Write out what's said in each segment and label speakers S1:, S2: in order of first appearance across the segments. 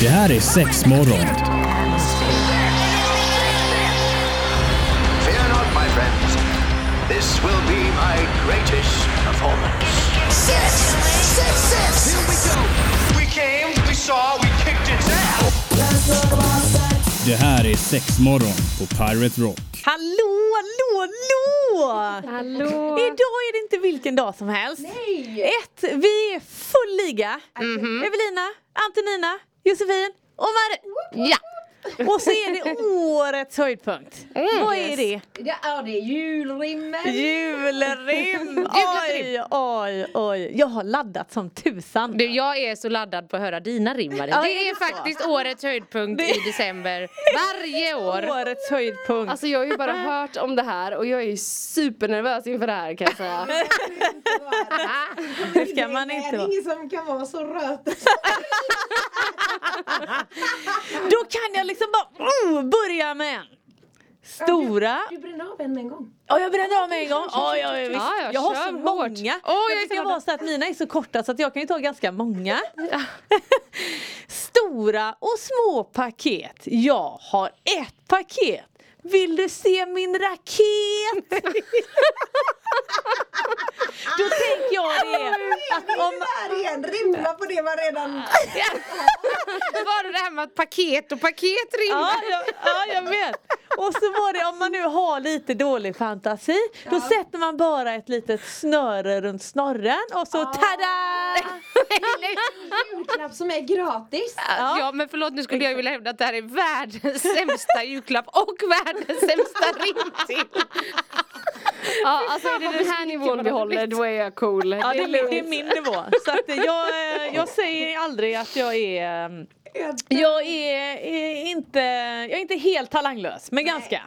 S1: Det här är sex morgon.
S2: Fear not, my friends. This will be my greatest performance.
S3: Six, six, six. Here we go.
S2: We came, we saw, we kicked its ass.
S1: Det här är sex morgon på Pirate Rock.
S4: Hallå, hallå, hallå!
S5: Hallå!
S4: Idag är det inte vilken dag som helst.
S5: Nej!
S4: Ett, vi är full liga. Evelina, Antonina, Josefin och Marie.
S6: Ja,
S4: Och så är det årets höjdpunkt. Vad är det?
S5: Det är det julrimmen!
S4: Julrim! Oj, oj, oj. Jag har laddat som tusan.
S6: du jag är så laddad på att höra dina rim Marie.
S4: Ja,
S6: Det
S4: är
S6: är
S4: det så?
S6: faktiskt årets höjdpunkt i december varje år.
S4: Årets höjdpunkt.
S7: Alltså jag har ju bara hört om det här och jag är ju supernervös inför det här kan jag säga.
S4: det ska man inte vara.
S5: som kan vara så röt.
S4: Då kan jag liksom bara oh, börja med en. Stora.
S5: Du brände av en med en gång.
S4: Ja, jag brände av mig en gång. Ja, ja, visst.
S6: Ja, ja,
S4: jag har
S6: kör
S4: så
S6: hårt.
S4: många.
S6: Åh, jag är
S4: jag brukar
S6: så glad.
S4: vara så att mina är så korta så att jag kan ju ta ganska många. Stora och små paket. Jag har ett paket. Vill du se min raket? Då tänker jag det att om...
S8: Här igen, rimla på det man redan...
S6: Var det det här med att paket och paket
S4: Ja,
S6: rimmar?
S4: jag, ja, jag vet. Och så var det om man nu har lite dålig fantasi. Då sätter man bara ett litet snöre runt snorren och så tada!
S5: Julklapp som är gratis.
S6: Ja. men förlåt nu skulle jag vilja hävda att det här är världens sämsta julklapp och världens sämsta rim till.
S7: Ja, alltså är det den här nivån vi håller då är jag cool.
S4: Ja, det, är min- det är min nivå. Så att jag, eh, jag säger aldrig att jag är... eh, Jag är, eh, inte, jag är inte helt talanglös, men ganska.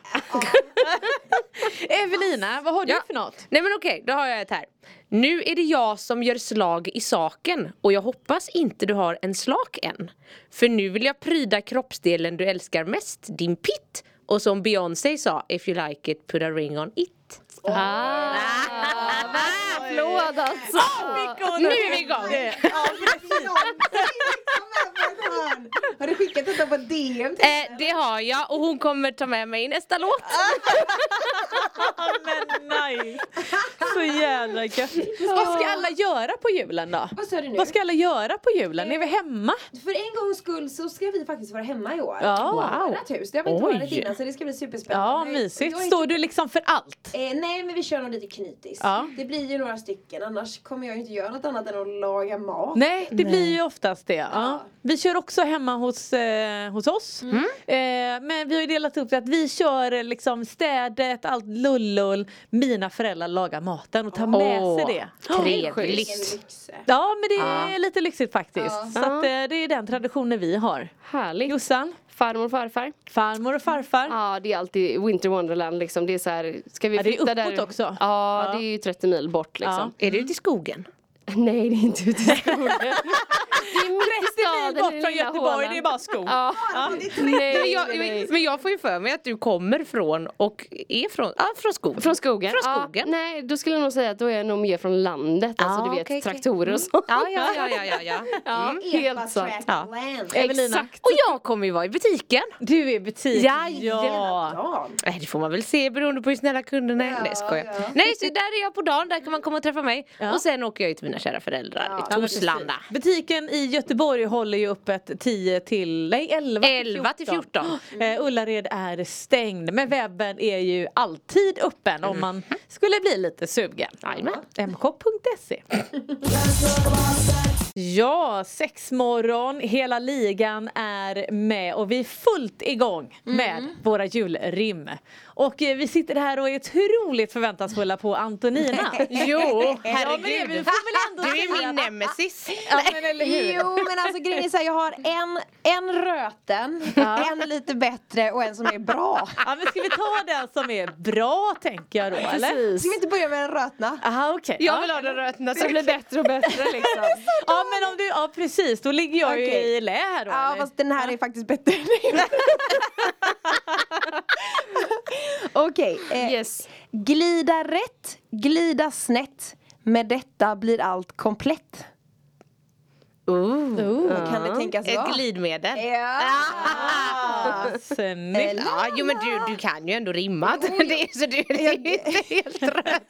S4: Evelina, vad har du
S6: Ja.
S4: för något?
S6: Nej men okej, då har jag ett här. Nu är det jag som gör slag i saken och jag hoppas inte du har en slak än. För nu vill jag pryda kroppsdelen du älskar mest, din pitt. Och som Beyoncé sa, if you like it put a ring on it. Ah.
S7: Applåd alltså!
S6: Nu är vi igång!
S4: Ja, precis.
S8: Har du skickat detta på DM till
S6: Eh, det har jag och hon kommer ta med mig i nästa låt.
S4: Ja, men nice. Så jävla gött. Vad ska alla göra på julen då?
S5: Vad sa du nu?
S4: Vad ska alla göra på julen? Är vi hemma?
S5: För en gångs skull så ska vi faktiskt vara hemma i år.
S4: Ja.
S5: Wow. Vårat hus. Det har vi inte
S6: Oj.
S5: varit innan så det ska bli superspännande.
S4: Ja,
S5: Jag är-
S4: mysigt.
S5: jag är-
S4: Står du liksom för allt?
S5: Eh, nej men vi kör nog lite knytis.
S4: Ja.
S5: Det blir ju några stycken annars kommer jag ju inte göra något annat än att laga mat.
S4: Nej, det blir ju oftast det. Ja. Vi kör också hemma hos, eh, hos oss. Eh, men vi har ju delat upp det att vi kör eh, liksom städet, allt lullull. Mina föräldrar lagar maten och tar med sig det.
S6: Trevligt.
S5: Ingen lyx.
S4: Ja, men det är lite lyxigt faktiskt. Så att,
S7: Ja.
S4: eh, det är den traditionen vi har.
S7: Härligt.
S4: Jossan,
S7: Farmor och farfar.
S4: farmor och farfar.
S7: Ja det är alltid Winter Wonderland liksom. Det är så här, ska vi
S4: Ja, det är
S7: flytta
S4: uppåt
S7: där?
S4: också.
S7: Ja, det är ju 30 mil bort liksom.
S6: Är du ute i skogen?
S7: Nej det är inte ute i skogen.
S6: Det är mitt i
S7: staden.
S4: Bort från
S7: lilla
S4: Göteborg,
S7: hålan.
S4: det är bara skog.
S7: Ja.
S6: Men
S7: Nej,
S6: jag,
S7: nej, nej.
S6: men jag får ju för mig att du kommer från och är från, ah, från skogen.
S7: Från skogen?
S6: Från
S7: Ja,
S6: skogen.
S7: nej, då skulle jag nog säga att då är jag nog mer från landet. Alltså
S6: Ja,
S7: du vet
S6: okej, okej.
S7: traktorer och sånt.
S6: Ja, ja, ja, ja, ja, ja.
S7: Ja, helt sant.
S8: Epa-track
S6: Ja.
S8: land.
S4: Evelina.
S7: Exakt.
S6: Och jag kommer ju vara i butiken.
S4: Du är i butik.
S6: Jajamän.
S5: Ja.
S6: Nej, det får man väl se beroende på hur snälla kunderna är. Nej, skojar. Nej, så där är jag på dagen, där kan man komma och träffa mig.
S4: Ja.
S6: Och sen åker jag ju till mina kära föräldrar i
S4: Ja, men precis.
S6: Torslanda.
S4: Butiken i Göteborg håller ju öppet 10 till, nej 11
S6: 11 till 14.
S4: Eh, Ullared är stängd men webben är ju alltid öppen om man skulle bli lite sugen.
S6: Jajamän.
S4: mk.se Ja, sexmorgon, hela ligan är med och vi är fullt igång med våra julrim. Och eh, vi sitter här och är otroligt förväntansfulla på Antonina.
S6: Jo,
S4: Ja, men det- vi
S6: herregud.
S4: får väl ändå
S6: Du är
S4: säga-
S6: min nemesis.
S4: Ja, men eller hur?
S8: Jo men alltså grejen är så här, jag har en, en röten, en lite bättre och en som är bra.
S4: Ja, men ska vi ta den som är bra tänker jag då eller?
S8: Ska vi inte börja med den rötna?
S4: Aha, okej.
S6: Jag
S4: Ja.
S6: vill ha den rötna
S7: Det blir bättre och bättre liksom.
S4: ja men om du, ja precis då ligger jag ju
S8: Okej.
S4: i lä här då
S8: Ja
S4: eller?
S8: fast den här är faktiskt bättre. Okej, eh,
S7: Yes.
S8: glida rätt, glida snett. Med detta blir allt komplett. Kan det tänkas vara?
S6: Ett glidmedel.
S8: Ja!
S4: Snyggt.
S6: Ja, jo men du, du kan ju ändå rimma. Det är, så du det är inte helt rätt.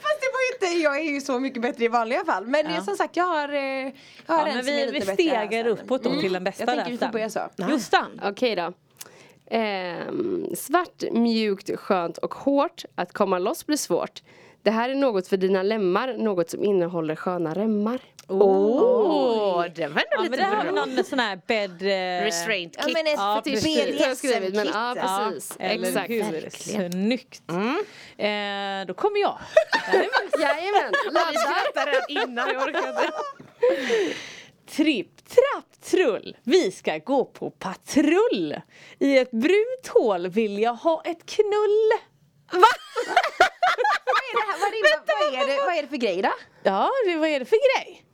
S8: Fast det var ju inte, jag är ju så mycket bättre i vanliga fall. Men
S4: Ja.
S8: eh, som sagt, jag har, eh, jag
S4: Ja,
S8: har en
S4: men
S8: som är
S4: vi,
S8: lite
S4: vi
S8: bättre här
S4: stegar
S8: sen. Mm.
S4: uppåt då till den bästa
S8: Jag tänker vi får
S4: där
S8: börja så.
S4: sen. Jossan,
S7: Okej då. Ehm, svart, mjukt, skönt och hårt. Att komma loss blir svårt. Det här är något för dina lemmar, något som innehåller sköna remmar.
S6: Åh, det var ändå
S4: ja, men
S6: lite
S4: där har vi
S6: bra.
S4: någon sån här bed... eh,
S6: Restraint
S8: Ja
S6: kick.
S8: men ett
S4: Ja,
S8: typ
S4: precis.
S7: Jag har skrivit, men
S8: BDSM-kit.
S7: ja
S4: Ja,
S7: precis.
S4: eller
S7: Exakt.
S4: hur? Snyggt.
S6: Mm.
S4: Eh, då kommer jag.
S7: Jajamän, laddar.
S6: skrattade redan innan jag orkade.
S4: Tripp, trapp, trull. Vi ska gå på patrull. I ett brunt hål vill jag ha ett knull.
S8: Vad är det här? Vad rimmar- Vad är det- vad är det för grej då?
S4: Ja, det, vad är det för grej?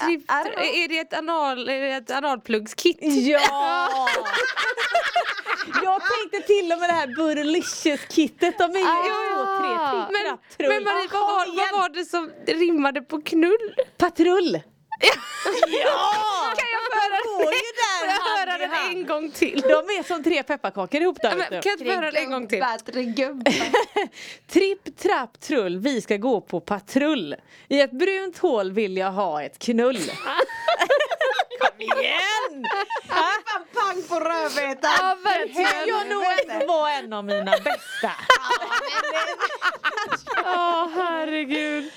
S6: Tripp,
S8: Ja, det var-
S6: är det ett, anal, är det ett analpluggskit?
S4: Ja! Jag tänkte till och med det här Burlicious-kittet. De är ju ett, två, tre, tripp,
S6: Ah. Men,
S4: trapp, trull.
S6: men Marie, vad var,
S4: Kom
S6: vad
S4: igen.
S6: var det som rimmade på knull?
S4: Patrull!
S6: Kan jag få höra
S4: Går ju
S6: den,
S4: där hand
S6: får jag
S4: i
S6: höra den
S4: hand.
S6: en gång till?
S4: De är som tre pepparkakor ihop där.
S6: Ja, men,
S4: vet du.
S6: kan jag inte få höra den en gång till?
S8: Bättre gubbar.
S4: Tripp, trapp, trull, vi ska gå på patrull. I ett brunt hål vill jag ha ett knull.
S6: Ah.
S4: Kom igen!
S8: Fan, pang på rödbetan!
S7: Ja, verkligen.
S4: Jag nog ett- var en av mina bästa.
S6: Åh herregud.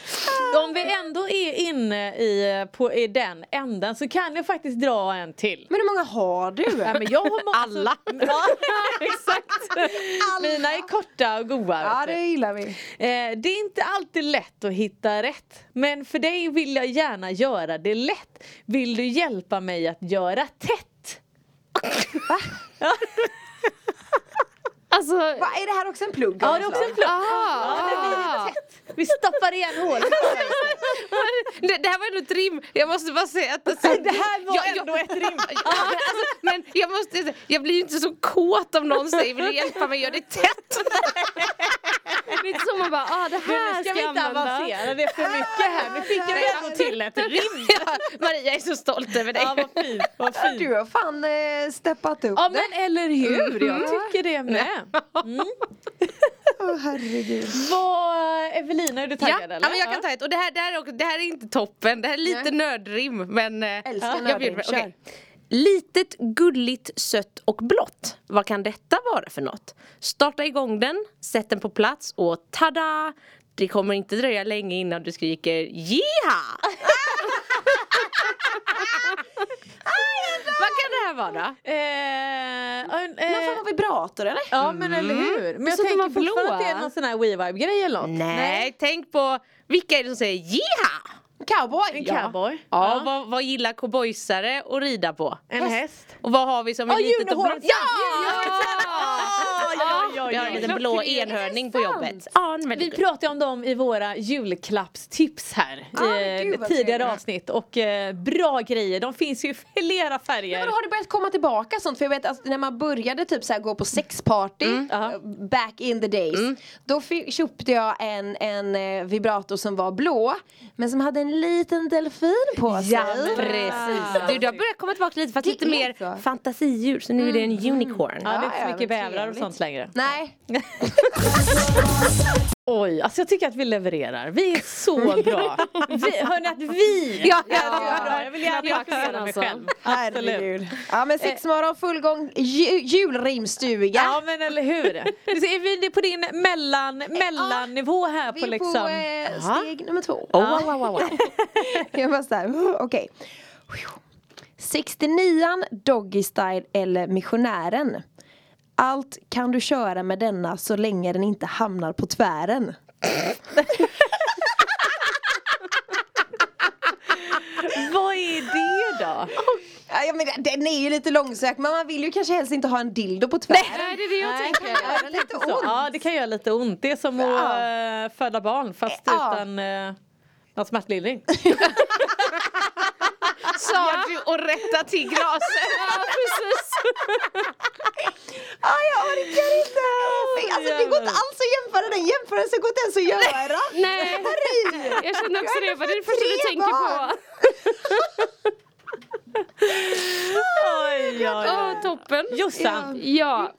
S4: Om vi ändå är inne i, på, i den änden så kan jag faktiskt dra en till.
S8: Men hur många har du?
S4: Ja, men jag har må- Alla! Ja, exakt. Mina är korta och goa.
S8: Ja,
S4: vet du.
S8: det gillar vi.
S4: Eh, det är inte alltid lätt att hitta rätt. Men för dig vill jag gärna göra det lätt. Vill du hjälpa mig att göra tätt?
S7: Alltså,
S8: Va, är det här också en plugg?
S4: Ja, det är också en plugg.
S7: ah,
S4: Vi stoppar igen hålet.
S6: Det, det här var ändå ett rim. Jag måste bara säga att... Alltså,
S4: Det här var ändå ett rim.
S6: Ja, men alltså, men jag måste jag blir ju inte så kåt om någon säger vill du hjälpa mig, gör det tätt.
S7: det är inte så man bara, ah, det
S4: Men
S7: här
S4: nu
S7: ska,
S4: ska Ah. vi
S7: jag
S4: inte
S7: använda.
S4: avancera det är för mycket här. Nu fick jag ändå till ett rim.
S6: Ja, Maria är så stolt över dig.
S4: Ja, Ah, vad fint. Vad fint.
S8: Du har fan eh, steppat upp.
S4: Ja, men eller hur. Jag tycker det med.
S8: Åh, herregud.
S4: Vad, Evelina, är du
S6: Ja,
S4: taggad
S6: ja,
S4: eller?
S6: men jag kan ta ett. Och det här, det här, är också- det här är inte toppen, det här är lite nördrim. Men, eh,
S8: Älskar
S6: jag
S8: nördrim.
S6: bjuder på-
S8: Kör.
S6: okej. Litet, gulligt, sött och blått. Vad kan detta vara för något? Starta igång den, sätt den på plats och tada! Det kommer inte dröja länge innan du skriker jiha! Vad kan det här vara?
S4: Eh, en-
S8: Någon
S4: eh,
S8: form av vibrator eller?
S4: Ja men eller hur. Men jag
S7: Så de
S4: tänker
S7: var blåa.
S4: fortfarande att det är någon sån här WeVibe grej eller något.
S6: Nej, tänk på vilka är det som säger jiha?
S8: Cowboy!
S4: En cowboy.
S6: Ja, Vad, vad gillar cowboysare att rida på?
S4: En häst.
S6: Och vad har vi som är
S4: Ja,
S6: litet och blått?
S4: julhorn.
S6: Ja!
S4: Ja, ja, ja,
S6: Vi har en
S4: ja.
S6: liten blå enhörning på jobbet. Ja, men
S4: Vi pratade om dem i våra julklappstips här
S8: Ah,
S4: i
S8: gud, vad
S4: tidigare
S8: trevligt.
S4: avsnitt och eh, bra grejer, de finns ju i flera färger.
S8: Men har det börjat komma tillbaka sånt? För jag vet att när man började typ så här gå på sexparty eh, back in the days. Då fi- köpte jag en, en eh, vibrator som var blå men som hade en liten delfin på sig.
S6: Ja precis. Du, det Mm, har börjat komma tillbaka lite fast
S8: Det
S6: lite
S8: är
S6: mer
S8: så.
S6: fantasidjur så nu är det en unicorn.
S4: Ja, det är
S8: Ja,
S4: inte
S8: ja,
S4: så mycket
S8: men
S4: bävrar och
S8: trevligt.
S4: sånt längre.
S8: Nej.
S4: Oj, alltså jag tycker att vi levererar. Vi är så bra. Vi, hörni att vi
S6: Ja, ja,
S4: är bra. Jag vill gärna
S7: Klapp på axeln,
S4: applådera mig
S7: alltså.
S4: själv.
S8: Herregud. Ja men sexmorgon full gång ju, julrimstuga.
S4: Eh, Ja men eller hur. Du ser, Är vi på din mellan, mellannivå här
S8: Vi
S4: på
S8: är
S4: liksom.
S8: på eh, steg nummer två.
S6: Oh, wow, wow, wow, wow.
S8: Jag bara såhär, okej. 69an, Doggy Style eller Missionären. Allt kan du köra med denna så länge den inte hamnar på tvären.
S4: Vad är det då?
S8: Ja, ja, men den är ju lite långsökt men man vill ju kanske helst inte ha en dildo på tvären.
S7: Nej, det är det jag
S4: Nej,
S7: tänker.
S8: Det kan göra lite ont.
S4: Så, ja det kan göra lite ont. Det är som att
S8: Ja.
S4: eh, föda barn fast
S8: Ja.
S4: utan eh, någon smärtlindring.
S6: Sa du och rätta till glaset. Ja precis.
S8: Ah, jag orkar inte! Alltså det går inte alls att jämföra den jämförelsen, går inte ens att göra.
S7: Nej.
S8: Marie!
S7: Jag känner också det, vad är det
S8: Tre
S7: första du tänker
S8: barn.
S7: på?
S4: Oj, oj, oj.
S7: Åh, toppen!
S4: Jossan.
S7: Ja.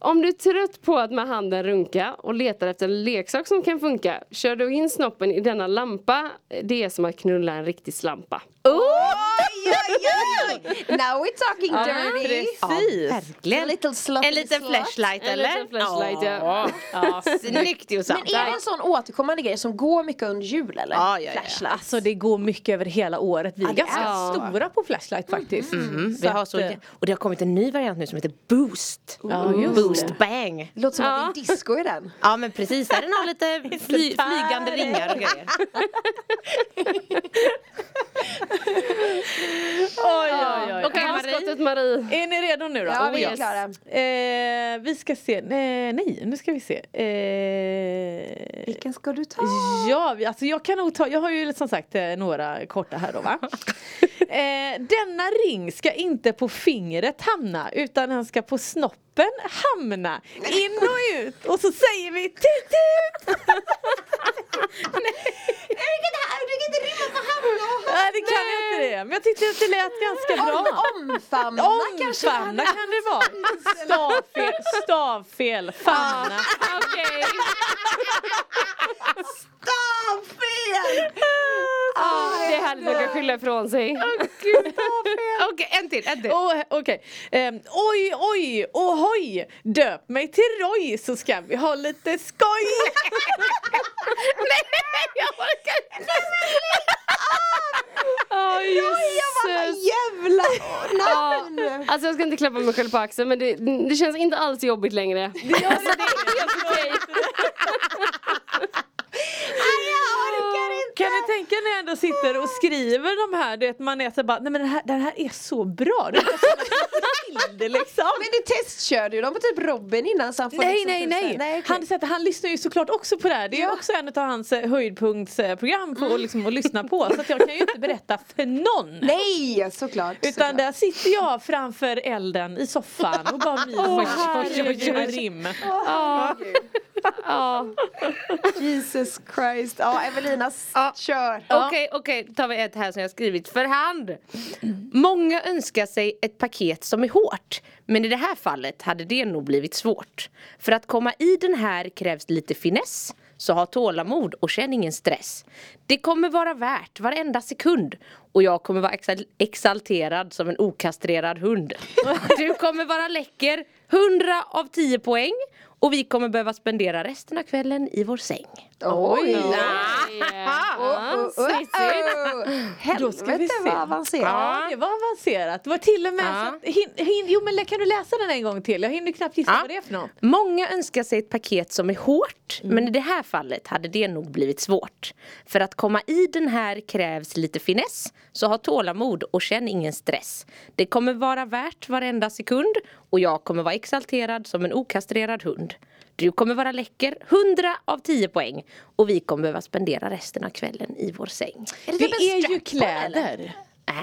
S7: Om du är trött på att med handen runka och letar efter en leksak som kan funka, kör du in snoppen i denna lampa, det är som att knulla en riktig slampa.
S8: Oj, oj, oj. Now we're talking dirty.
S6: Precis.
S8: A little slutty
S6: En liten
S8: slut.
S6: flashlight
S7: En
S6: eller?
S7: liten flashlight, ja.
S6: ja. Snyggt Jossan.
S8: Men är det en sån återkommande grej som går mycket under jul eller?
S6: Ja, ja, ja.
S8: Flashlights.
S4: Alltså det går mycket över hela året. Vi är ganska
S7: är så.
S4: stora på Flashlight faktiskt. eh,
S6: Mm, vi har så, och det har kommit en ny variant nu som heter Boost.
S4: Ja, just
S6: Boost
S4: det.
S6: Bang.
S8: Låter som att det är disco i den.
S6: Ja men precis, där den har lite fly, flygande ringar och grejer.
S4: Oj, oj, oj.
S6: Okej,
S7: Ta
S6: Marie.
S7: skottet Marie.
S4: Är ni redo nu då?
S8: Ja, vi är
S4: Oh,
S8: klara.
S4: Eh, vi ska se, nej, nej nu ska vi se. Eh,
S8: Vilken ska du ta?
S4: ja, vi- alltså jag kan nog ta, jag har ju som sagt eh, några korta här då va. eh, denna ring ska inte på fingret hamna utan den ska på snoppen hamna. In och ut och så säger vi tut tut!
S8: Du kan inte rymma på hamna
S4: Nej det kan jag inte det, men jag tyckte att det lät ganska bra.
S8: Om, omfamna kanske.
S4: Omfamna kan det vara. Stavfel, stavfel, famna.
S7: Okej.
S8: Stavfel!
S7: Det är härligt att man kan skylla ifrån sig.
S6: Okej, en till, en till.
S4: Åh, Okej. Ehm, oj, oj, ohoj! Döp mig till Roy så ska vi ha lite skoj!
S6: Jag orkar inte.
S7: Åh jösses.
S8: Jävla
S7: Ja.
S8: namn!
S7: Alltså jag ska inte klappa mig själv på axeln men det, det känns inte alls jobbigt längre. Alltså, det är helt okej.
S4: Kan ni tänka när jag ändå sitter och skriver de här, du vet man är så bara, nej men den här, den här är så bra! Det är bara som en bild, liksom.
S8: Men du testkörde ju dem på typ Robin innan så han får
S4: Nej
S8: liksom
S4: nej
S8: tusen.
S4: nej!
S8: nej okej.
S4: Han, typ så att han lyssnar ju såklart också på det här. Det är
S8: Ja. Mm.
S4: också en av hans eh, höjdpunktsprogram för att, liksom, att lyssna på. Så att jag kan ju inte berätta för någon.
S8: Nej, såklart.
S4: Utan
S8: såklart.
S4: där sitter jag framför elden i soffan och bara myser med mina rim.
S7: Ja.
S8: Jesus Christ. Ja, Evelina, s- kör.
S6: Okej, okej, då tar vi ett här som jag har skrivit för hand. Många önskar sig ett paket som är hårt. Men i det här fallet hade det nog blivit svårt. För att komma i den här krävs lite finess. Så ha tålamod och känn ingen stress. Det kommer vara värt varenda sekund. Och jag kommer vara exal- exalterad som en okastrerad hund. Du kommer vara läcker. 100 av 10 poäng. Och vi kommer behöva spendera resten av kvällen i vår säng.
S8: Oj!
S7: Ja.
S4: Då ska vi
S8: Helvete
S4: se.
S8: vad avancerat.
S4: Ja, det var avancerat. Det var till och med så att, hin, hin, Jo men kan du läsa den en gång till? Jag hinner knappt gissa
S6: Ja.
S4: vad det är för något.
S6: Många önskar sig ett paket som är hårt men i det här fallet hade det nog blivit svårt. För att komma i den här krävs lite finess så ha tålamod och känn ingen stress. Det kommer vara värt varenda sekund och jag kommer vara exalterad som en okastrerad hund. Du kommer vara läcker, 100 av 10 poäng och vi kommer behöva spendera resten av kvällen i vår säng.
S4: Det,
S8: typ en
S4: är ju
S8: strap-on, eller?
S4: kläder.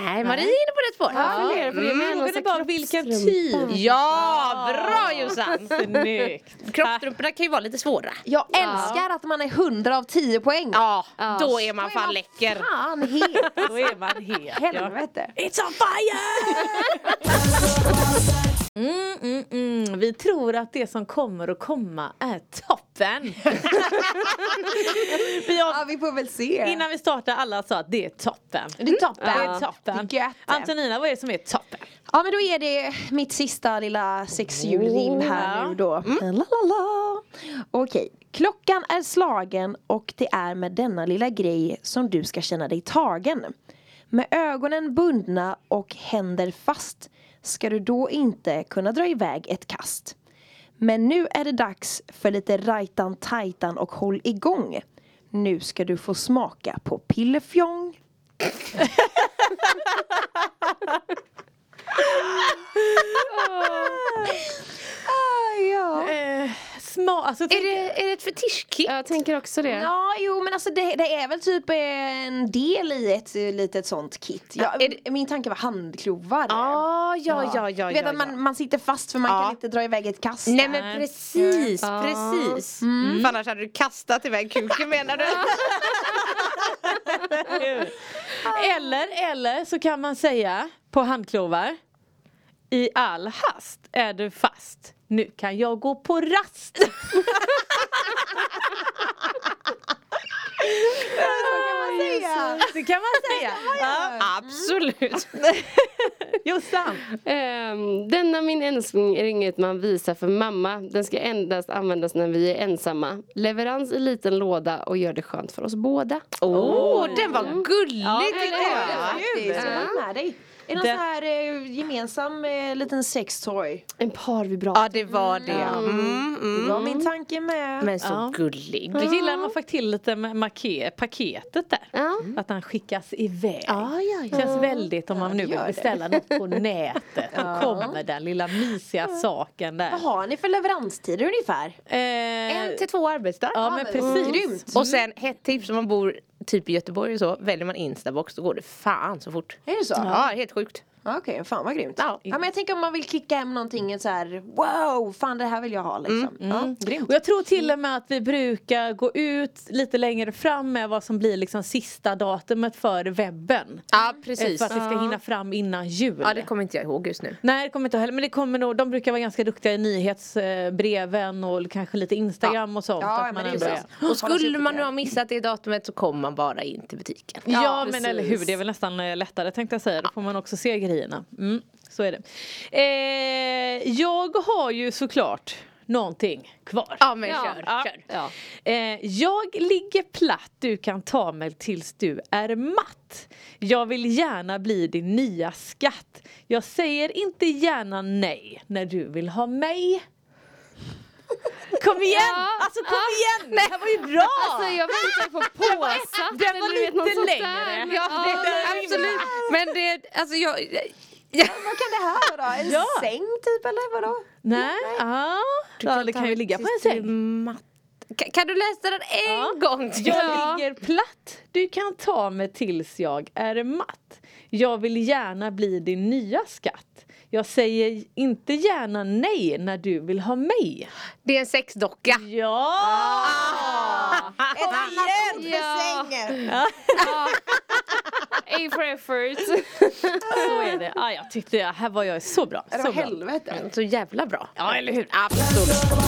S6: Nej, Marie är inne på rätt spår. Ja,
S7: Funderar på det, men
S4: Frågan är
S7: alltså,
S4: bara vilken typ.
S6: ja bra Jossan!
S4: Snyggt.
S6: Kroppstrumporna kan ju vara lite svåra.
S8: Jag älskar att man är 100 av 10 poäng.
S6: Ja, då är man fan läcker.
S8: Fan, helt
S4: Då är man het. Ja.
S8: helvete.
S4: It's on fire! Mm, mm, mm. Vi tror att det som kommer att komma är toppen. vi har
S8: Ja, vi får väl se.
S4: Innan vi startar, alla sa att det är toppen.
S8: Det är toppen.
S4: Det är toppen.
S8: Det är gött.
S4: Antonina, vad är det som är toppen?
S8: Ja men då är det mitt sista lilla sexjulrim här nu då. La, la, la. Okej, klockan är slagen och det är med denna lilla grej som du ska känna dig tagen. Med ögonen bundna och händer fast ska du då inte kunna dra iväg ett kast. Men nu är det dags för lite rajtan tajtan och håll igång. Nu ska du få smaka på pillefjong. Ah, ja.
S4: Eh, sma, alltså,
S6: Är
S4: tänk,
S6: det, är det ett fetischkick?
S7: Jag tänker också det.
S8: Ja, jo men alltså det, det är väl typ en del i ett eh, litet sånt kit. Ja, Min tanke var handklovar.
S6: Ah, ja, ja, ja,
S8: du vet
S6: ja,
S8: att
S6: ja.
S8: man, man sitter fast för man
S6: Ja.
S8: kan inte dra iväg ett kast.
S6: Nej men precis, precis. Mm. För annars hade du kastat iväg kuken menar du?
S4: Eller, eller så kan man säga på handklovar I all hast är du fast Nu kan jag gå på rast Det kan man säga Ja.
S6: Absolut.
S4: Jossan
S7: Ehm, denna min älskling är inget man visar för mamma. Den ska endast användas när vi är ensamma. Leverans i liten låda och gör det skönt för oss båda.
S6: Åh, den var gullig tycker jag.
S8: Faktiskt, jag håller med dig. Är det någon sån här eh, gemensam eh, liten sextoy?
S7: En par vi
S6: Ja, det var det. Mm,
S8: Det
S6: mm.
S8: var min tanke med.
S6: Men så
S4: Ja.
S6: gullig.
S4: Jag gillar när man fick till lite med make- paketet där
S7: Ja.
S4: Att han skickas iväg Känns väldigt om man nu vill beställa något på nätet Då kommer den lilla mysiga saken där
S8: Vad har ni för leveranstider ungefär?
S4: Eh,
S6: En till två arbetsdagar.
S4: Ja men precis.
S8: Grymt.
S6: Och sen hett tips om man bor typ i Göteborg och så, väljer man Instabox då går det fan så fort.
S8: Är det så?
S6: Ja, helt sjukt.
S8: Ja, Okej, fan vad grymt.
S6: Ja.
S8: Ja. men jag tänker om man vill klicka hem någonting så här, wow, fan det här vill jag ha liksom.
S6: Mm.
S8: Ja, grymt.
S4: Och jag tror till och med att vi brukar gå ut lite längre fram med vad som blir liksom sista datumet för webben.
S6: Ja,
S4: Eh, För att det ska hinna fram innan jul.
S6: Ja, det kommer inte jag ihåg just nu.
S4: Nej det kommer inte jag heller men det kommer nog, de brukar vara ganska duktiga i nyhetsbreven och kanske lite instagram och sånt.
S8: Ja,
S4: att
S8: men
S4: man
S8: det är
S4: ändå
S8: så.
S4: är.
S6: Och skulle man nu ha missat det datumet så kommer man bara in till butiken.
S4: Ja, men
S7: precis.
S4: eller hur, det är väl nästan eh, lättare tänkte jag säga. Då får man också se grejerna. Mm, så är det. Eh, jag har ju såklart någonting kvar.
S6: Ja men
S7: Ja.
S6: kör,
S4: Ja.
S6: kör.
S7: Ja.
S4: Eh, jag ligger platt, du kan ta mig tills du är matt. Jag vill gärna bli din nya skatt. Jag säger inte gärna nej när du vill ha mig. Kom igen! Alltså kom igen! Det här var ju bra!
S7: Alltså jag väntar på påsatt.
S4: den Ah. var
S7: eller du vet,
S4: lite
S7: någon sån
S4: längre.
S7: där.
S6: Ja,
S7: Ja,
S6: det, absolut. Men det, alltså jag... Ja.
S8: Vad kan det här vara då? En
S4: Ja.
S8: säng typ eller vadå?
S4: nej, ja. ja, det kan ju ligga på en säng.
S6: Kan, kan du läsa den en gång till?
S4: Jag ligger platt, du kan ta mig tills jag är matt. Jag vill gärna bli din nya skatt. Jag säger inte gärna nej när du vill ha mig.
S6: Det är en sexdocka.
S4: Ja!
S8: Ett annat ord för
S7: Ja.
S8: säng!
S4: Ah.
S7: A for effort.
S4: Så är det. Ah, jag tyckte jag, här var jag så bra.
S8: Är det
S4: Så bra.
S8: helvete?
S6: Så jävla bra.
S4: Ja, eller hur? Absolut.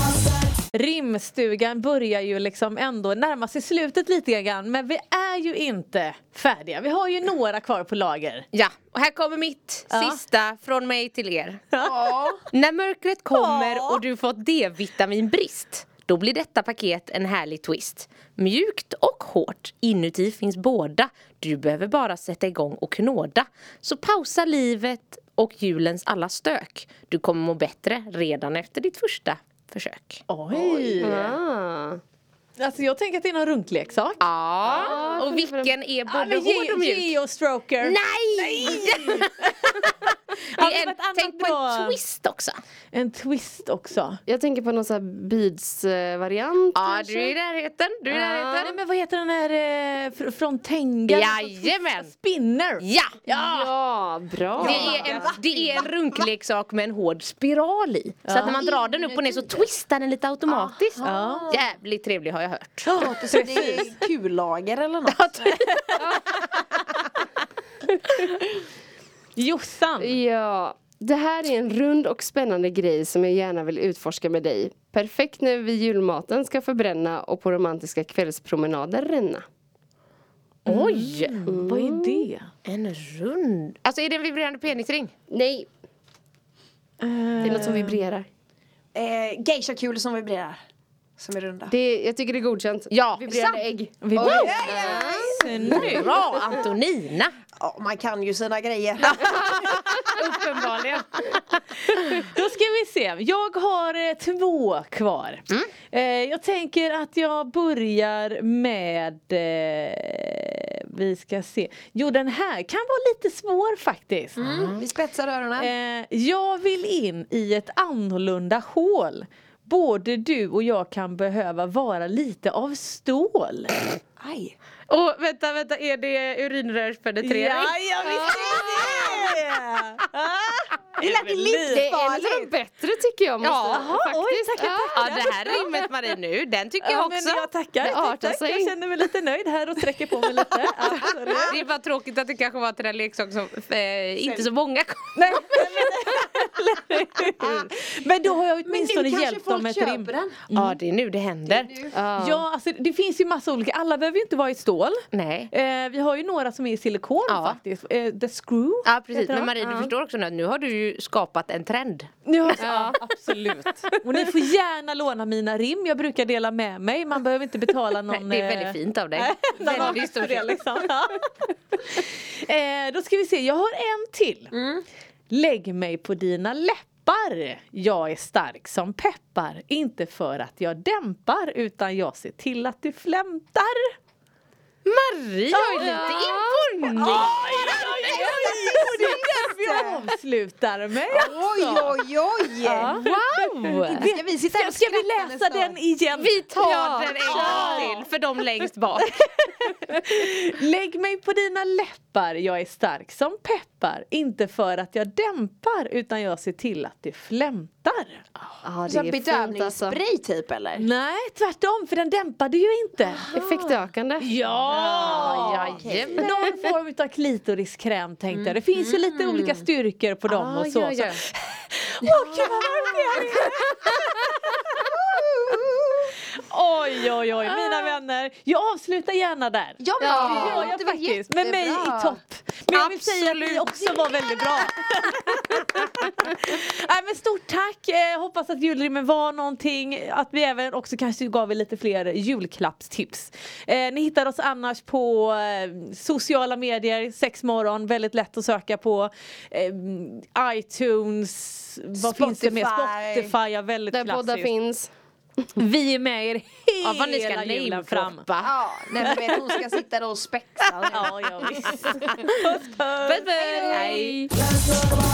S4: Rimstugan börjar ju liksom ändå närma sig slutet lite grann men vi är ju inte färdiga. Vi har ju några kvar på lager.
S6: Ja, och här kommer mitt sista från mig till er.
S8: Ja.
S6: När mörkret kommer och du fått D-vitaminbrist då blir detta paket en härlig twist. Mjukt och hårt, inuti finns båda. Du behöver bara sätta igång och knåda. Så pausa livet och julens alla stök. Du kommer må bättre redan efter ditt första försök.
S4: Oj!
S7: Ah.
S4: Alltså jag tänker att det är någon runkleksak.
S6: Ja, och vilken är både hård och mjuk?
S4: Geostroker.
S6: Nej!
S4: Ja, det
S6: det
S4: var
S6: är en,
S4: ett annat
S6: tänk på en
S4: bra-
S6: twist också.
S4: En twist också.
S7: Jag tänker på någon sån här eh, beads-variant.
S6: Ja, du är i närheten. Du är i
S4: Eh, Nej,
S6: närheten.
S4: men vad heter den här eh, fr- från Tenga?
S6: Jajamän.
S4: Spinner!
S6: Ja!
S7: Ja, bra.
S6: Det är, en, det är en runkleksak med en hård spiral i. Så att när man drar den upp och ner så twistar den lite automatiskt. Jävligt trevlig har jag hört.
S8: Låter som det är kullager eller något.
S4: Jossan!
S7: Ja, det här är en rund och spännande grej som jag gärna vill utforska med dig. Perfekt när vi julmaten ska förbränna och på romantiska kvällspromenader ränna.
S6: Oj!
S8: Mm.
S4: Vad är det?
S6: Mm. En rund... Alltså är det en vibrerande penisring?
S7: Nej. Det är något som vibrerar.
S6: Mm.
S8: Eh, Geisha-kulor som vibrerar. Som är runda.
S7: Det är, jag tycker det är godkänt.
S6: Ja,
S7: Vibrerande
S6: sant.
S7: ägg.
S4: Vi
S6: Nu. Bra Antonina!
S8: Ja, man kan ju sina grejer.
S6: Uppenbarligen.
S4: Då ska vi se. Jag har eh, två kvar.
S8: Mm.
S4: Eh, jag tänker att jag börjar med... Eh, vi ska se. Jo, den här kan vara lite svår faktiskt.
S8: Mm. Vi spetsar öronen.
S4: Eh, jag vill in i ett annorlunda hål. Både du och jag kan behöva vara lite av stål.
S8: Aj.
S6: Och vänta, vänta, är det urinrörspenetrering?
S4: jag visste det! Ah,
S8: Det lät
S7: Det är en av de
S8: livsfarligt!
S7: bättre tycker jag. Måste,
S6: Ja,
S7: faktiskt.
S4: oj, tackar,
S7: Ja.
S6: Ja det här rimmet Marie nu, den tycker jag
S4: Ja, men
S6: också.
S4: jag tackar.
S7: Det artar
S4: Tack, tack.
S7: sig.
S4: Jag känner mig lite nöjd här och sträcker på mig lite. Ja, sorry.
S6: Det är bara tråkigt att det kanske var till den leksak som eh, inte så många kom.
S4: Nej, men, eller hur? men då har jag åtminstone
S5: kanske
S4: hjälpt
S5: folk
S4: dem ett
S5: köper
S4: rim.
S5: den.
S6: Ja det är nu det händer.
S7: Ja.
S4: Ja, alltså, det finns ju massa olika. Alla behöver ju inte vara i stål.
S6: Nej.
S4: Eh, vi har ju några som är i silikon
S6: Ja.
S4: faktiskt. Eh, the screw.
S6: Ja precis,
S4: heter
S6: men
S4: de.
S6: Marie du
S4: Ja.
S6: förstår också nu att nu har du ju skapat en trend.
S4: Ja, absolut. Och ni får gärna låna mina rim. Jag brukar dela med mig. Man behöver inte betala
S6: Nej,
S4: någon...
S6: det
S4: eh,
S6: är väldigt fint av dig.
S4: någon avgift
S6: väldigt
S4: för
S6: stort.
S4: det, liksom. Ja. eh, Då ska vi se, jag har en till. Lägg mig på dina läppar. Jag är stark som peppar. Inte för att jag dämpar utan jag ser till att du flämtar.
S6: Marie jag är lite imponerad.
S4: Det är därför jag avslutar med.
S5: Oj, oj, oj!
S6: Wow!
S5: Ska vi sitta här och
S4: Ska vi
S5: skratta
S4: läsa
S5: nästa
S4: den
S5: år?
S4: igen?
S6: Vi tar
S7: Ja.
S6: den en gång till för de längst bak.
S4: Lägg mig på dina läppar, jag är stark som peppar. Inte för att jag dämpar utan jag ser till att du flämtar.
S7: Ja, det
S5: Som
S7: är fint alltså.
S5: bedövningsspray typ eller?
S4: Nej, tvärtom för den dämpade ju inte.
S7: Effektökande.
S4: Ja!
S6: Jajamän.
S4: Någon form av klitoriskräm tänkte jag. Det finns ju lite olika styrkor på dem
S6: Mm. Ah,
S4: och så.
S6: ja, ja.
S4: så. Åh, gud vad varmt det är här inne! Oj, oj, oj,
S6: Ah.
S4: mina vänner. Jag avslutar gärna där.
S5: Ja, men
S4: Det
S5: det
S4: gör jag faktiskt. Med mig i topp. Men jag vill säga att ni också var väldigt bra. Nej, men stort tack! Eh, hoppas att julrimmen var någonting. Att vi även också kanske gav er lite fler julklappstips. Eh, ni hittar oss annars på eh, sociala medier, sexmorgon, väldigt lätt att söka på. Eh, iTunes, vad finns det mer?
S5: Spotify.
S4: Spotify, ja, väldigt
S7: Där poddar
S4: klassiskt.
S7: finns.
S4: Vi är med er hela
S6: Ja, vad ni ska
S4: julen fram.
S6: namedroppa.
S5: Ja, nej men vet, hon ska sitta där och spexa.
S4: Ja, ja, visst. puss, puss.
S6: Puss puss! Hej!
S3: Dance all